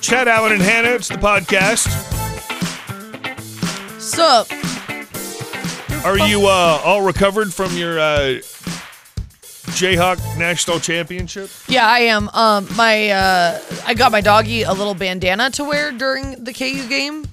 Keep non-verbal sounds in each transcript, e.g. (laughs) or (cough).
Chad Allen and Hannah. It's the podcast. Sup? Are you uh, all recovered from your uh, Jayhawk National Championship? Yeah, I am. Um, my uh, I got my doggy a little bandana to wear during the KU game,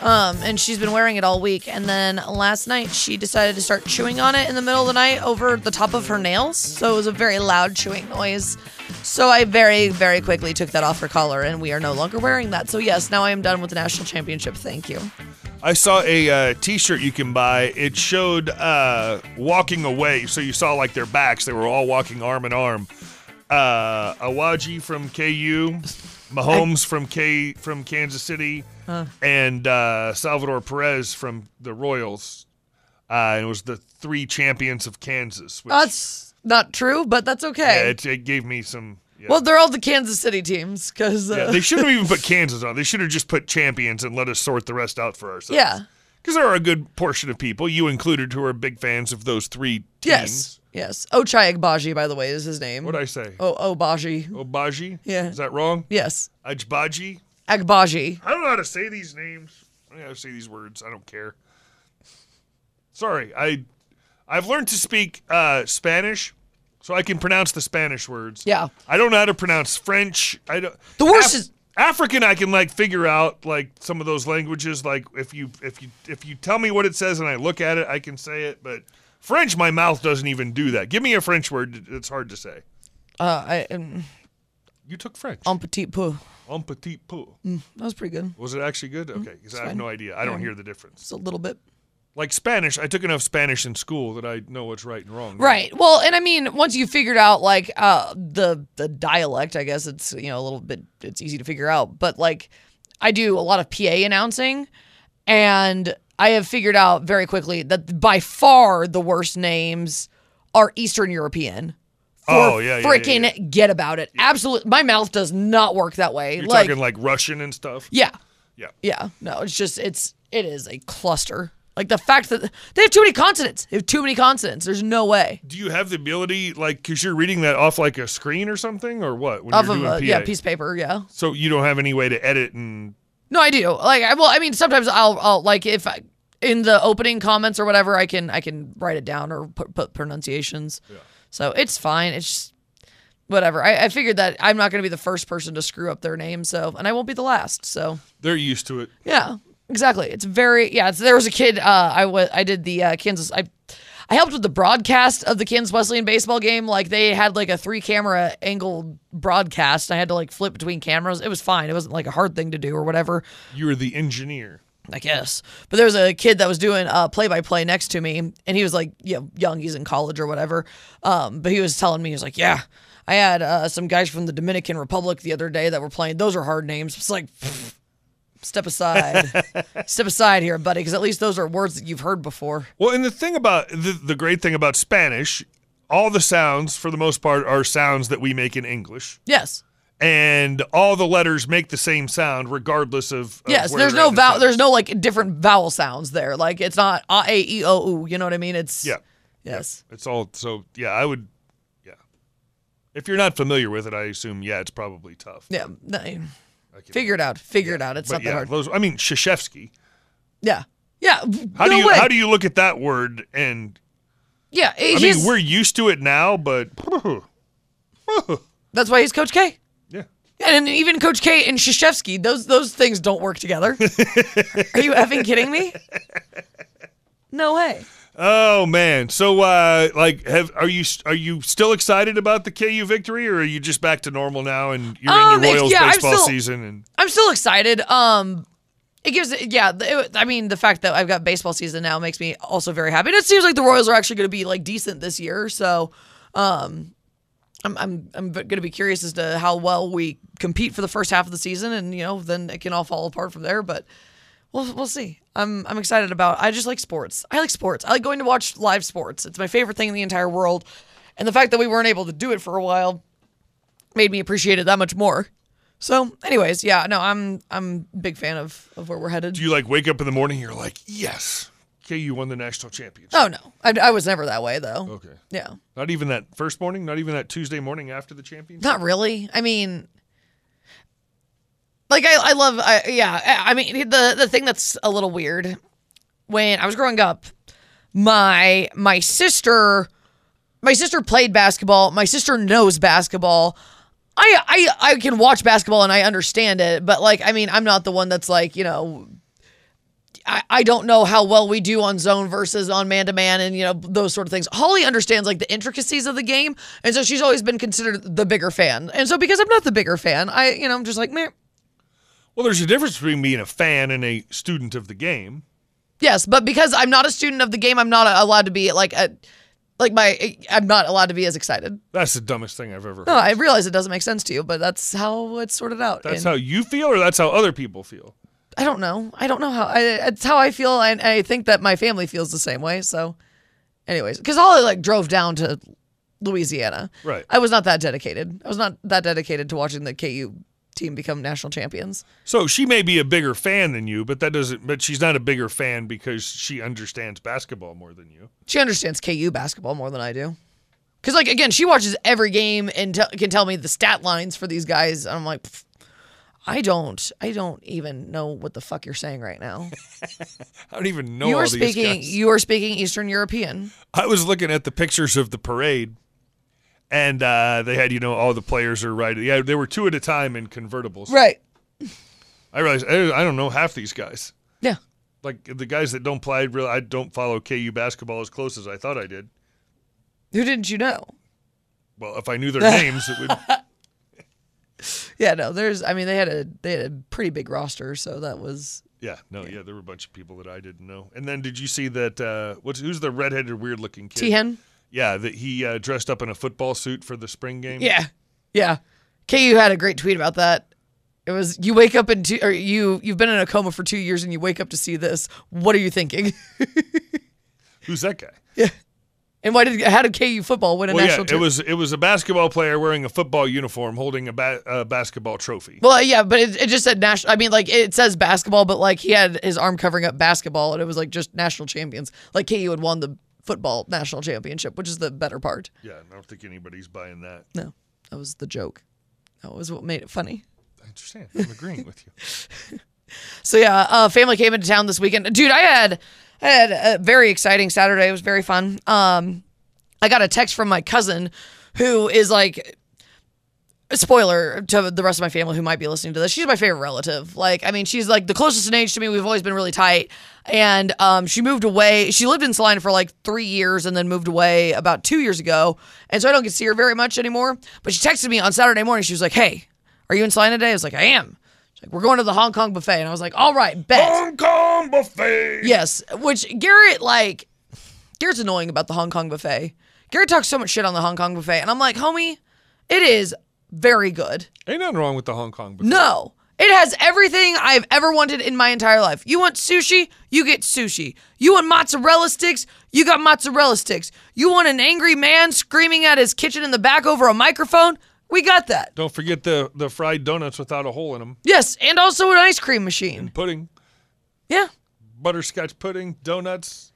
um, and she's been wearing it all week. And then last night she decided to start chewing on it in the middle of the night over the top of her nails, so it was a very loud chewing noise. So I very very quickly took that off her collar, and we are no longer wearing that. So yes, now I am done with the national championship. Thank you. I saw a uh, T-shirt you can buy. It showed uh, walking away, so you saw like their backs. They were all walking arm in arm. Uh, Awaji from KU, Mahomes from K from Kansas City, and uh, Salvador Perez from the Royals. Uh, and it was the three champions of Kansas. Which, That's not true, but that's yeah, okay. it, it gave me some. Yeah. well, they're all the Kansas City teams because uh, yeah, they shouldn't have even put Kansas on. They should have just put champions and let us sort the rest out for ourselves. yeah. Because there are a good portion of people, you included, who are big fans of those three teams. Yes. Yes. Ochai Agbaji, by the way, is his name. What'd I say? Oh, Obaji. Obaji? Yeah. Is that wrong? Yes. Ajbaji? Agbaji. I don't know how to say these names. I don't know how to say these words. I don't care. Sorry. I, I've learned to speak uh, Spanish, so I can pronounce the Spanish words. Yeah. I don't know how to pronounce French. I don't. The worst is- African. I can like figure out like some of those languages. Like if you if you if you tell me what it says and I look at it, I can say it. But French, my mouth doesn't even do that. Give me a French word. It's hard to say. Uh, I um, You took French. en petit peu. En petit peu. That was pretty good. Was it actually good? Okay, because I have mm. fine. no idea. I don't hear the difference. Just a little bit. Like Spanish, I took enough Spanish in school that I know what's right and wrong. Right. Well, and I mean, once you figured out like uh, the the dialect, I guess it's you know a little bit it's easy to figure out. But like, I do a lot of PA announcing, and I have figured out very quickly that by far the worst names are Eastern European. For Oh, yeah, yeah, yeah, freaking yeah. get about it. Absolutely, my mouth does not work that way. You're like, talking like Russian and stuff. yeah, Yeah. yeah. No, it's just it's it is a cluster. Like the fact that they have too many consonants. They have too many consonants. There's no way. Do you have the ability, like, because you're reading that off like a screen or something, or what? When off you're of doing a PA? yeah piece of paper. Yeah. So you don't have any way to edit and No, I do. Like, I, well, I mean, sometimes I'll, I'll like if I, in the opening comments or whatever, I can I can write it down or put, put pronunciations. So it's fine. It's just whatever. I, I figured that I'm not going to be the first person to screw up their name, so and I won't be the last. So they're used to it. yeah, exactly. It's very yeah. It's, there was a kid. Uh, I was I did the uh, Kansas. I I helped with the broadcast of the Kansas Wesleyan baseball game. Like they had like a three camera angled broadcast. And I had to like flip between cameras. It was fine. It wasn't like a hard thing to do or whatever. You're the engineer. I guess. But there was a kid that was doing uh, play-by-play next to me, and he was like, you know, young, he's in college or whatever. Um, but he was telling me, he was like, yeah, I had uh, some guys from the Dominican Republic the other day that were playing. Those are hard names. It's like, pfft, (laughs) step aside, step aside here, buddy, because at least those are words that you've heard before. Well, and the thing about the, the great thing about Spanish, all the sounds for the most part are sounds that we make in English, Yes. and all the letters make the same sound regardless of. of Yes, where there's they're no at in the vowel. sentence. There's no like different vowel sounds there. Like it's not a a e o u. You know what I mean? It's Yeah. Yes. It's all so yeah, I would yeah. If you're not familiar with it, I assume yeah, it's probably tough. Yeah. No, I can- Figure it out. Figure it out. It's but not that yeah, hard. those I mean Shashevsky. Yeah. Yeah. How no do you way. how do you look at that word and Yeah, I he's, mean we're used to it now, but that's why he's Coach K. yeah. And even Coach K and Shashevsky, those those things don't (laughs) work together. Are you effing kidding me? No way. Oh man. So uh like have are you are you still excited about the KU victory or are you just back to normal now and you're Um, in your it's- Royals yeah, I'm baseball still- season and I'm still excited. Um, it gives yeah. the- It, I mean, the fact that I've got baseball season now makes me also very happy. And it seems like the Royals are actually going to be like decent this year. So, um, I'm I'm I'm going to be curious as to how well we compete for the first half of the season, and you know, then it can all fall apart from there. But we'll we'll see. I'm I'm excited about. I just like sports. I like sports. I like going to watch live sports. It's my favorite thing in the entire world. And the fact that we weren't able to do it for a while made me appreciate it that much more. So, anyways, yeah, no, I'm I'm big fan of of where we're headed. do you like wake up in the morning and you're like, "Yes, KU won the national championship." oh no, I, I was never that way though. Okay. Yeah, Not even that first morning, not even that Tuesday morning after the championship. not really. I mean, Like I, I love, I, yeah. I I mean, the the thing that's a little weird when I was growing up, my my sister, my sister played basketball. My sister knows basketball. I I I can watch basketball and I understand it, but like I mean, I'm not the one that's like you know. I, I don't know how well we do on zone versus on man to man and you know those sort of things. Holly understands like the intricacies of the game, and so she's always been considered the bigger fan. And so because I'm not the bigger fan, I you know I'm just like meh. Well, there's a difference between being a fan and a student of the game. Yes, but because I'm not a student of the game, I'm not allowed to be like a, like my I'm not allowed to be as excited. That's the dumbest thing I've ever heard. No, I realize it doesn't make sense to you, but that's how it's sorted out. that's And how you feel, or that's how other people feel. I don't know. I don't know how. I, it's how I feel, and I think that my family feels the same way. So, anyways, because all I like drove down to Louisiana. Right. I was not that dedicated. I was not that dedicated to watching the KU team become national champions. So she may be a bigger fan than you, but that doesn't. But she's not a bigger fan because she understands basketball more than you. She understands KU basketball more than I do. Cause like again, she watches every game and te- can tell me the stat lines for these guys. And I'm like, "Pff, I don't, I don't even know what the fuck you're saying right now. I don't even know you (laughs) all are these speaking, guys. you are speaking Eastern European. I was looking at the pictures of the parade, and uh, they had you know all the players are right. Yeah, they were two at a time in convertibles. Right. I realized I I don't know half these guys. Yeah. Like the guys that don't play, I really, I don't follow KU basketball as close as I thought I did. Who didn't you know? Well, if I knew their names, it would. Yeah, no, there's, I mean, they had a, they had a pretty big roster. So that was, Yeah, no, yeah, there were a bunch of people that I didn't know. And then did you see that? Uh, what's who's the redheaded, weird-looking kid? Tehan? Yeah, that he uh, dressed up in a football suit for the spring game. Yeah. Yeah. KU had a great tweet about that. It was you wake up in two or you you've been in a coma for two years and you wake up to see this. What are you thinking? (laughs) who's that guy? And why did how did KU football win a Well, yeah, national? it tur- was it was a basketball player wearing a football uniform, holding a, ba- a basketball trophy. Well, yeah, but it, it just said national. I mean, like it says basketball, but like he had his arm covering up basketball, and it was like just national champions. Like KU had won the football national championship, which is the better part. Yeah, I don't think anybody's buying that. No, that was the joke. That was what made it funny. I understand. I'm agreeing with you. So yeah, uh, family came into town this weekend, dude. I had I had a very exciting Saturday. It was very fun. Um, I got a text from my cousin, who is like, spoiler to the rest of my family who might be listening to this. She's my favorite relative. Like, I mean, she's like the closest in age to me. We've always been really tight, and um, she moved away. She lived in Salina for like three years, and then moved away about two years ago. And so I don't get to see her very much anymore. But she texted me on Saturday morning. She was like, "Hey, are you in Salina today?" I was like, "I am." She's like, "We're going to the Hong Kong buffet," and I was like, "All right, bet." Hong Kong buffet. Yes, which Garrett like Garrett's annoying about the Hong Kong buffet. Garrett talks so much shit on the Hong Kong buffet, and I'm like, homie, it is very good. Ain't nothing wrong with the Hong Kong buffet. No, it has everything I've ever wanted in my entire life. You want sushi, you get sushi. You want mozzarella sticks, you got mozzarella sticks. You want an angry man screaming at his kitchen in the back over a microphone, we got that. Don't forget the the fried donuts without a hole in them. Yes, and also an ice cream machine. Pudding, Yeah. butterscotch pudding, donuts,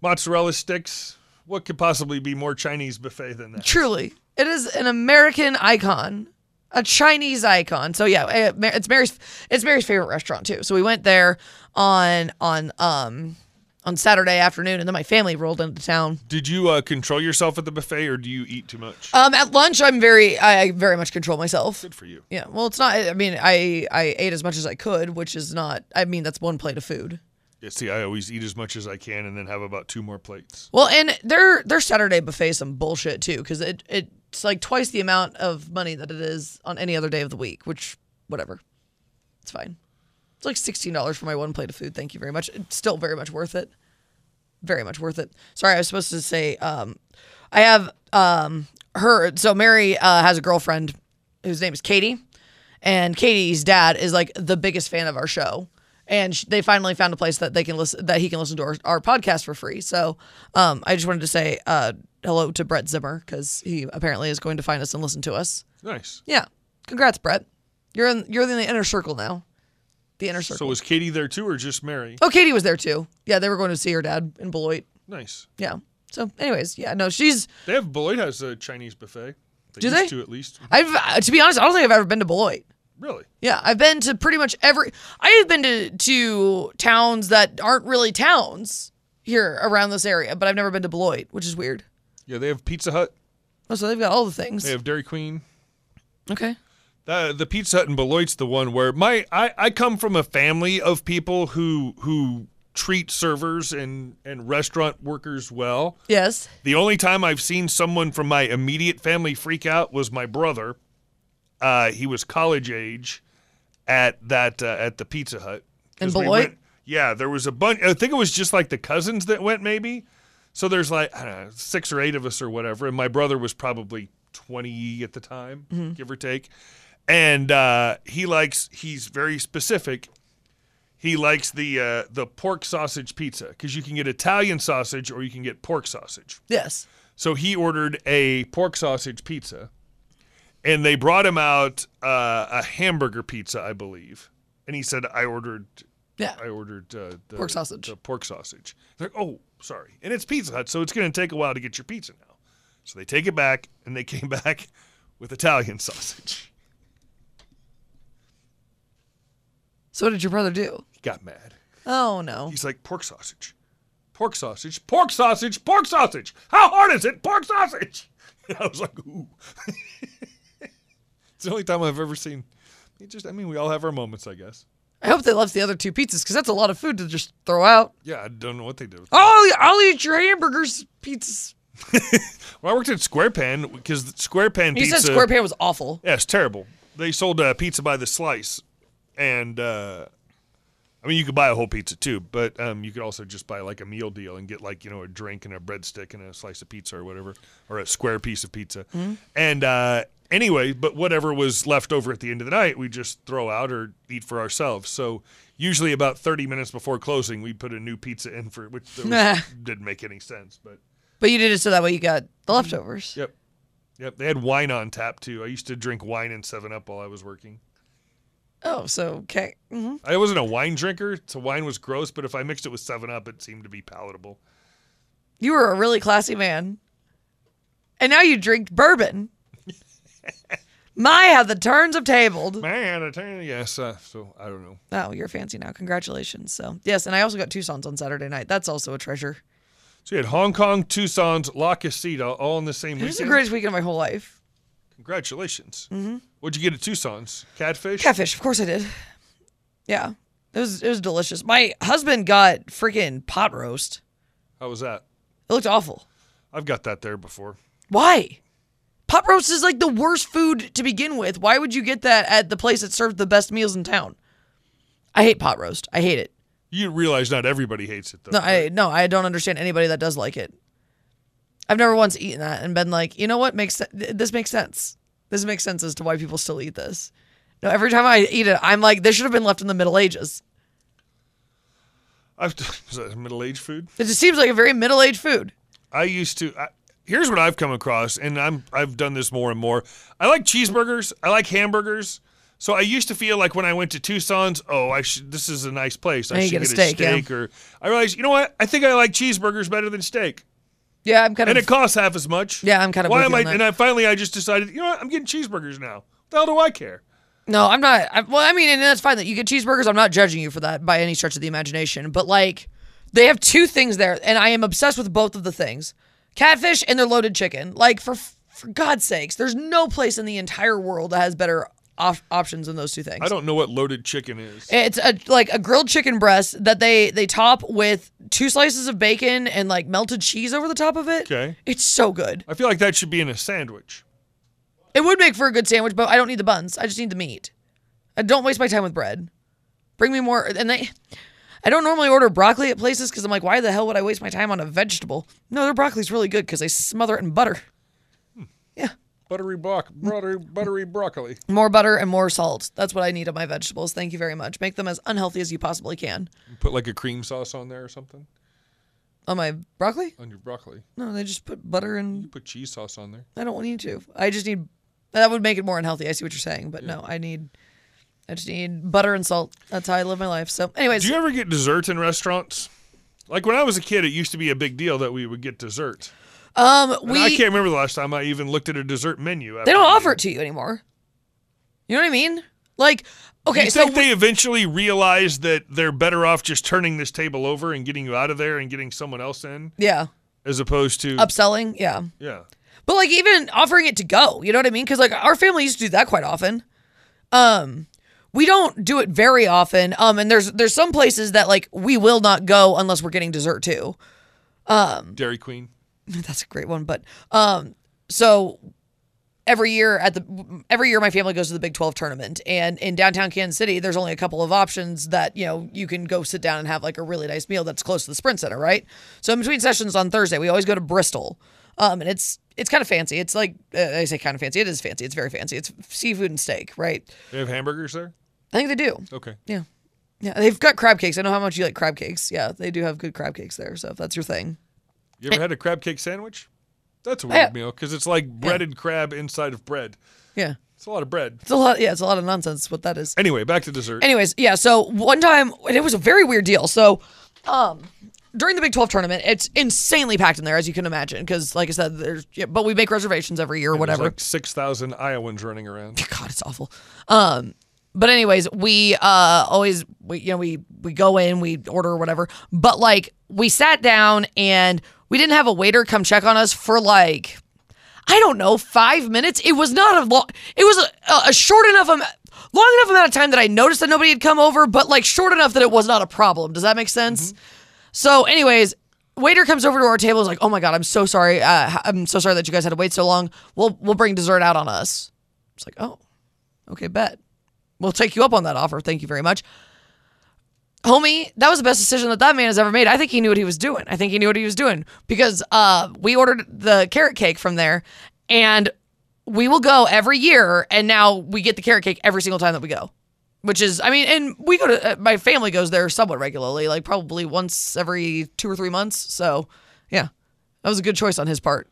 mozzarella sticks. What could possibly be more Chinese buffet than that? Truly, it is an American icon, a Chinese icon. So yeah, eh, Ma- it's Mary's. It's Mary's favorite restaurant too. So we went there on on um on Saturday afternoon, and then my family rolled into town. Did you uh, control yourself at the buffet, or do you eat too much? Um, at lunch, I'm very I I very much control myself. Good for you. Yeah, well, it's not. I mean, I I ate as much as I could, which is not. I mean, that's one plate of food. Yeah, see, I always eat as much as I can, and then have about two more plates. Well, and their their Saturday buffet is some bullshit too, because it it's like twice the amount of money that it is on any other day of the week. Which, whatever, it's fine. It's like sixteen dollars for my one plate of food. Thank you very much. It's still very much worth it. Very much worth it. Sorry, I was supposed to say. Um, I have um her. So Mary uh, has a girlfriend whose name is Katie, and Katie's dad is like the biggest fan of our show. And sh- they finally found a place that they can listen that he can listen to our, our podcast for free. So um, I just wanted to say uh, hello to Brett Zimmer because he apparently is going to find us and listen to us. Nice. Yeah, congrats, Brett. You're in you're in the inner circle now. The inner So circle. was Katie there too, or just Mary? oh, Katie was there too. Yeah, they were going to see her dad in Beloit. Nice. Yeah. So, anyways, yeah, no, she's They have Beloit has a Chinese buffet. They Do used they? To at least. I've uh, to be honest, I don't think I've ever been to Beloit. Really? Yeah, I've been to pretty much every. I have been to to towns that aren't really towns here around this area, but I've never been to Beloit, which is weird. Yeah, they have Pizza Hut. Oh, so they've got all the things. They have Dairy Queen. Okay. The, the Pizza Hut in Beloit's the one where my I, I come from a family of people who who treat servers and and restaurant workers well. Yes. The only time I've seen someone from my immediate family freak out was my brother. Uh, he was college age at that uh, at the Pizza Hut 'Cause In we Beloit? went- yeah, there was a bunch. I think it was just like the cousins that went, maybe. So there's like I don't know, six or eight of us or whatever, and my brother was probably twenty at the time, give or take. And uh, he likes he's very specific. He likes the uh, the pork sausage pizza because you can get Italian sausage or you can get pork sausage. Yes. So he ordered a pork sausage pizza, and they brought him out uh, a hamburger pizza, I believe. And he said, "I ordered, Yeah. I ordered uh, the Pork sausage. The pork sausage." They're like, "Oh, sorry." And it's Pizza Hut, so it's going to take a while to get your pizza now. So they take it back, and they (laughs) came back with Italian sausage. So what did your brother do? He got mad. Oh no. He's like, "Pork sausage, pork sausage, pork sausage, pork sausage. How hard is it, pork sausage?" (laughs) And I was like, "Ooh." it's the only time I've ever seen. It just, I mean, we all have our moments, I guess. I hope they left the other two pizzas because that's a lot of food to just throw out. Yeah, I don't know what they did. with it. Oh, I'll, I'll eat your hamburgers, pizzas. Well, I worked at Square Pan because Square Pan You pizza. said square pan was awful. Yeah, it's terrible. They sold uh, pizza by the slice, and uh, I mean you could buy a whole pizza too, but um, you could also just buy like a meal deal and get like you know a drink and a breadstick and a slice of pizza or whatever, or a square piece of pizza. And uh, anyway, but whatever was left over at the end of the night, we just throw out or eat for ourselves. So usually about thirty minutes before closing, we put a new pizza in for which there was, didn't make any sense, but. But you did it so that way you got the leftovers. Yep. Yep. They had wine on tap too. I used to drink wine and 7 Up while I was working. Oh, so okay. hmm I wasn't a wine drinker, so wine was gross, but if I mixed it with 7 Up, it seemed to be palatable. You were a really classy man, and now you drink bourbon. My, how the turns have tabled. Man, I tell you, yes. Uh, so I don't know. Oh, you're fancy now. Congratulations. So yes, and I also got Tucson's on Saturday night. That's also a treasure. So you had Hong Kong, Tucson's, La Casita all in the same It was the weekend. greatest weekend of my whole life. Congratulations. What'd you get at Tucson's? Catfish? Mm-hmm. Catfish, of course I did. Yeah, it was it was delicious. My husband got freaking pot roast. How was that? It looked awful. I've got that there before. Why? Pot roast is like the worst food to begin with. Why would you get that at the place that served the best meals in town? I hate pot roast. I hate it. You realize not everybody hates it, though. No, I no, I don't understand anybody that does like it. I've never once eaten that and been like, you know what makes se- th- this makes sense. This makes sense as to why people still eat this. No, every time I eat it, I'm like, this should have been left in the Middle Ages. I've, (laughs) is that middle aged food? It just seems like a very middle aged food. I used to. I, here's what I've come across, and I'm I've done this more and more. I like cheeseburgers. I like hamburgers. So I used to feel like when I went to Tucson's, oh, I should. This is a nice place. I And you should get a steak, yeah. a steak. Or I realized, you know what? I think I like cheeseburgers better than steak, Yeah, I'm kind and of. it costs half as much. Yeah, I'm kind of Why with am you I? on that. And I finally, I just decided, you know what? I'm getting cheeseburgers now. What the hell do I care? No, I'm not. I, well, I mean, and that's fine that you get cheeseburgers. I'm not judging you for that by any stretch of the imagination. But like, they have two things there, and I am obsessed with both of the things: catfish and their loaded chicken. Like for for God's sakes, there's no place in the entire world that has better op- options than those two things. I don't know what loaded chicken is. It's a, like a grilled chicken breast that they they top with two slices of bacon and like melted cheese over the top of it. Okay. It's so good. I feel like that should be in a sandwich. It would make for a good sandwich, but I don't need the buns. I just need the meat. I don't waste my time with bread. Bring me more. And they, I don't normally order broccoli at places because I'm like, why the hell would I waste my time on a vegetable? No, their broccoli's really good because they smother it in butter. Yeah, Buttery brock, buttery, buttery broccoli. more butter and more salt. That's what I need on my vegetables. Thank you very much. Make them as unhealthy as you possibly can. Put like a cream sauce on there or something On my broccoli? on your broccoli. No, they just put butter and Put cheese sauce on there. I don't need to. I just need. That would make it more unhealthy. I see what you're saying, but no, I need. I just need butter and salt. That's how I live my life. So, anyways, Do you ever get dessert in restaurants? Like when I was a kid, it used to be a big deal that we would get dessert. um, And we I can't remember the last time I even looked at a dessert menu. After They don't eating. offer it to you anymore. You know what I mean? Like, okay, you so think they eventually realize that they're better off just turning this table over and getting you out of there and getting someone else in yeah, as opposed to upselling, yeah. yeah But like even offering it to go, you know what I mean? Because like our family used to do that quite often. Um, we don't do it very often. Um, and there's there's some places that like we will not go unless we're getting dessert too. Dairy Queen? That's a great one, but um, so every year at the every year my family goes to the Big 12 tournament and in downtown Kansas City there's only a couple of options that you know you can go sit down and have like a really nice meal that's close to the Sprint Center right so in between sessions on Thursday we always go to Bristol um and it's it's kind of fancy it's like uh, I say kind of fancy it is fancy it's very fancy it's seafood and steak right They have hamburgers there. I think they do Okay. yeah yeah they've got crab cakes I know how much you like crab cakes yeah they do have good crab cakes there so if that's your thing You ever had a crab cake sandwich? That's a weird Yeah. meal because it's like breaded crab inside of bread. yeah It's a lot of bread. it's a lot yeah it's a lot of nonsense what that is Anyway, back to dessert. Anyways, yeah. So one time, and it was a very weird deal. So, um, during the Big Twelve tournament, it's insanely packed in there, as you can imagine, because like I said, there's. Yeah, but we make reservations every year or There's whatever. like six thousand Iowans running around. God, it's awful. Um, but anyways, we uh always we you know we we go in, we order whatever. But like we sat down and we didn't have a waiter come check on us for like I don't know five minutes. It was not a long. It was a, a short enough am- long enough amount of time that I noticed that nobody had come over, but like short enough that it was not a problem. Does that make sense? So, anyways, waiter comes over to our table. Is like, oh my god, I'm so sorry. Uh, I'm so sorry that you guys had to wait so long. We'll we'll bring dessert out on us. It's like, oh, okay, bet. We'll take you up on that offer. Thank you very much. Homie, that was the best decision that that man has ever made. I think he knew what he was doing. I think he knew what he was doing because uh, we ordered the carrot cake from there and we will go every year. And now we get the carrot cake every single time that we go, which is, I mean, and we go to, uh, my family goes there somewhat regularly, like probably once every two or three months. So yeah, that was a good choice on his part.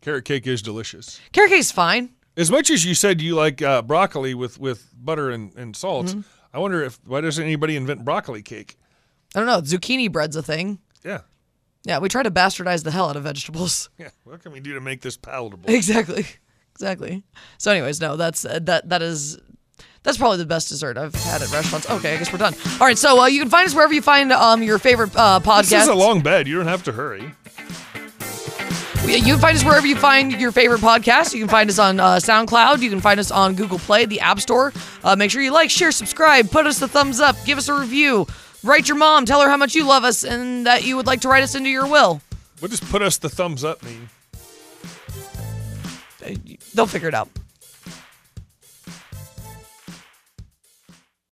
Carrot cake is delicious. Carrot cake's fine. As much as you said you like uh, broccoli with with butter and and salt, I wonder if why doesn't anybody invent broccoli cake? I don't know. Zucchini bread's a thing. Yeah. Yeah, we try to bastardize the hell out of vegetables. (laughs) Yeah. What can we do to make this palatable? Exactly. Exactly. So, anyways, no, that's uh, that. That is that's probably the best dessert I've had at restaurants. Okay, I guess we're done. All right, so uh, you can find us wherever you find um your favorite uh, podcast. This is a long bed. You don't have to hurry. You can find us wherever you find your favorite podcast. You can find us on uh, SoundCloud. You can find us on Google Play, the App Store. Uh, make sure you like, share, subscribe, put us a thumbs up, give us a review, write your mom, tell her how much you love us, and that you would like to write us into your will. What does put us the thumbs up mean? Uh, They'll figure it out.